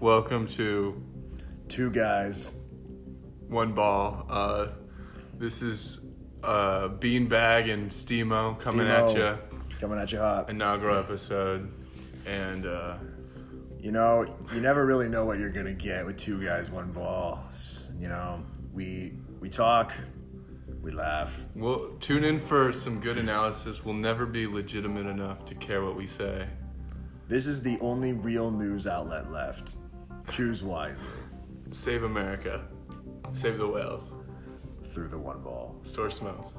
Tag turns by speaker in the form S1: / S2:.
S1: Welcome to
S2: Two guys.
S1: One Ball. Uh, this is uh, Beanbag and Steamo coming at
S2: Steamo,
S1: you.
S2: Coming at you hot.
S1: Inaugural episode. And uh,
S2: You know, you never really know what you're gonna get with two guys, one ball. You know, we we talk, we laugh.
S1: we'll tune in for some good analysis. We'll never be legitimate enough to care what we say.
S2: This is the only real news outlet left. Choose wisely
S1: Save America. Save the whales.
S2: through the one ball.
S1: Store smells.